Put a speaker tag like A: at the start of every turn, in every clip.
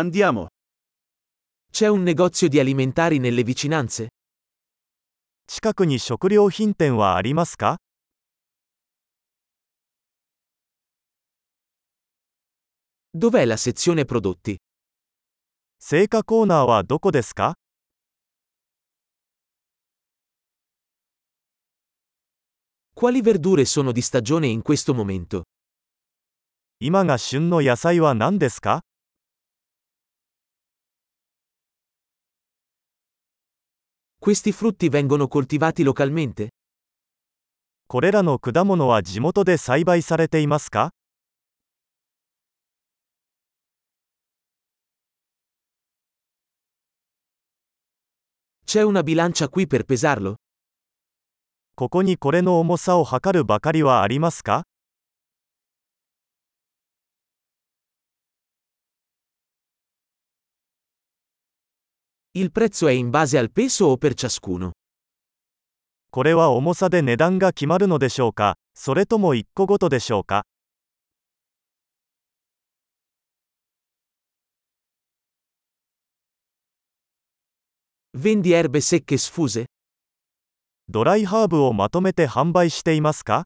A: Andiamo.
B: C'è un negozio di alimentari nelle vicinanze?
C: 近くに食料品店はありますか
B: Dov'è la sezione prodotti?
C: 成果コーナーはどこですか
B: Quali verdure sono di stagione in questo momento?
C: 今が旬の野菜は何ですか
B: Questi frutti vengono coltivati localmente?
C: これらの果物は地元で栽培されていますか
B: C'è una bilancia qui per pesarlo?
C: ここにこれの重さを測るばかりはありますか
B: Il prezzo è in base al peso o per ciascuno?
C: これは重さで値段が決まるのでしょうかそれとも1個ごとでしょうか
B: Vendi erbe secche sfuse?
C: ドライハーブをまとめて販売していますか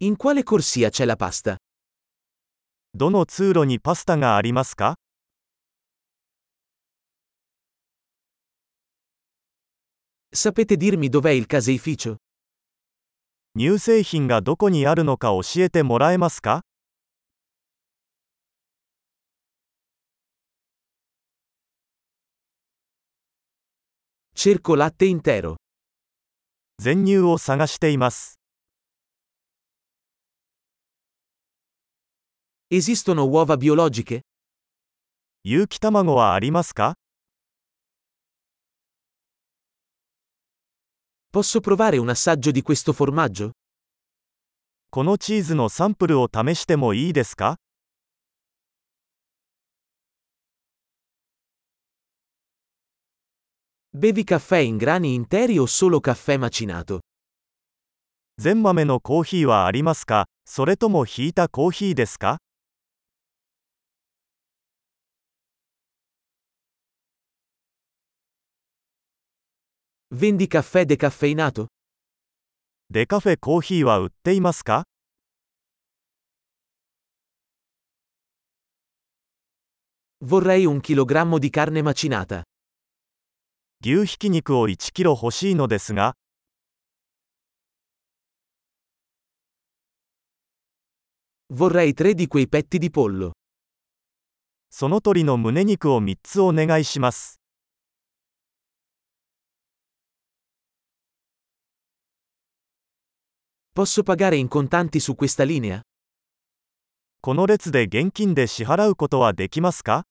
B: In quale corsia c'è la pasta?
C: どの通路にパスタがありますか
B: Sapete dirmi dov'è il caseificio?
C: 乳製品がどこにあるのか教えてもらえますか
B: Cerco latte intero.
C: 全乳を探しています。
B: Esistono uova biologiche?
C: 有機卵はありますか
B: Posso provare un assaggio di questo formaggio?
C: このチーズのサンプルを試してもいいですか
B: Bevi caffè in grani interi o solo caffè macinato?
C: 全豆のコーヒーはありますかそれともひいたコーヒーですか
B: Vendi caffè decaffeinato?
C: デカフェコーヒーは売っていますか
B: Vorrei un chilogrammo di carne macinata.
C: 牛ひき肉を1キロ欲しいのですが、
B: Vorrei tre di quei petti di pollo.
C: その鳥の胸肉を3つお願いします。
B: Posso pagare in contanti su questa linea?
C: この列で現金で支払うことはできますか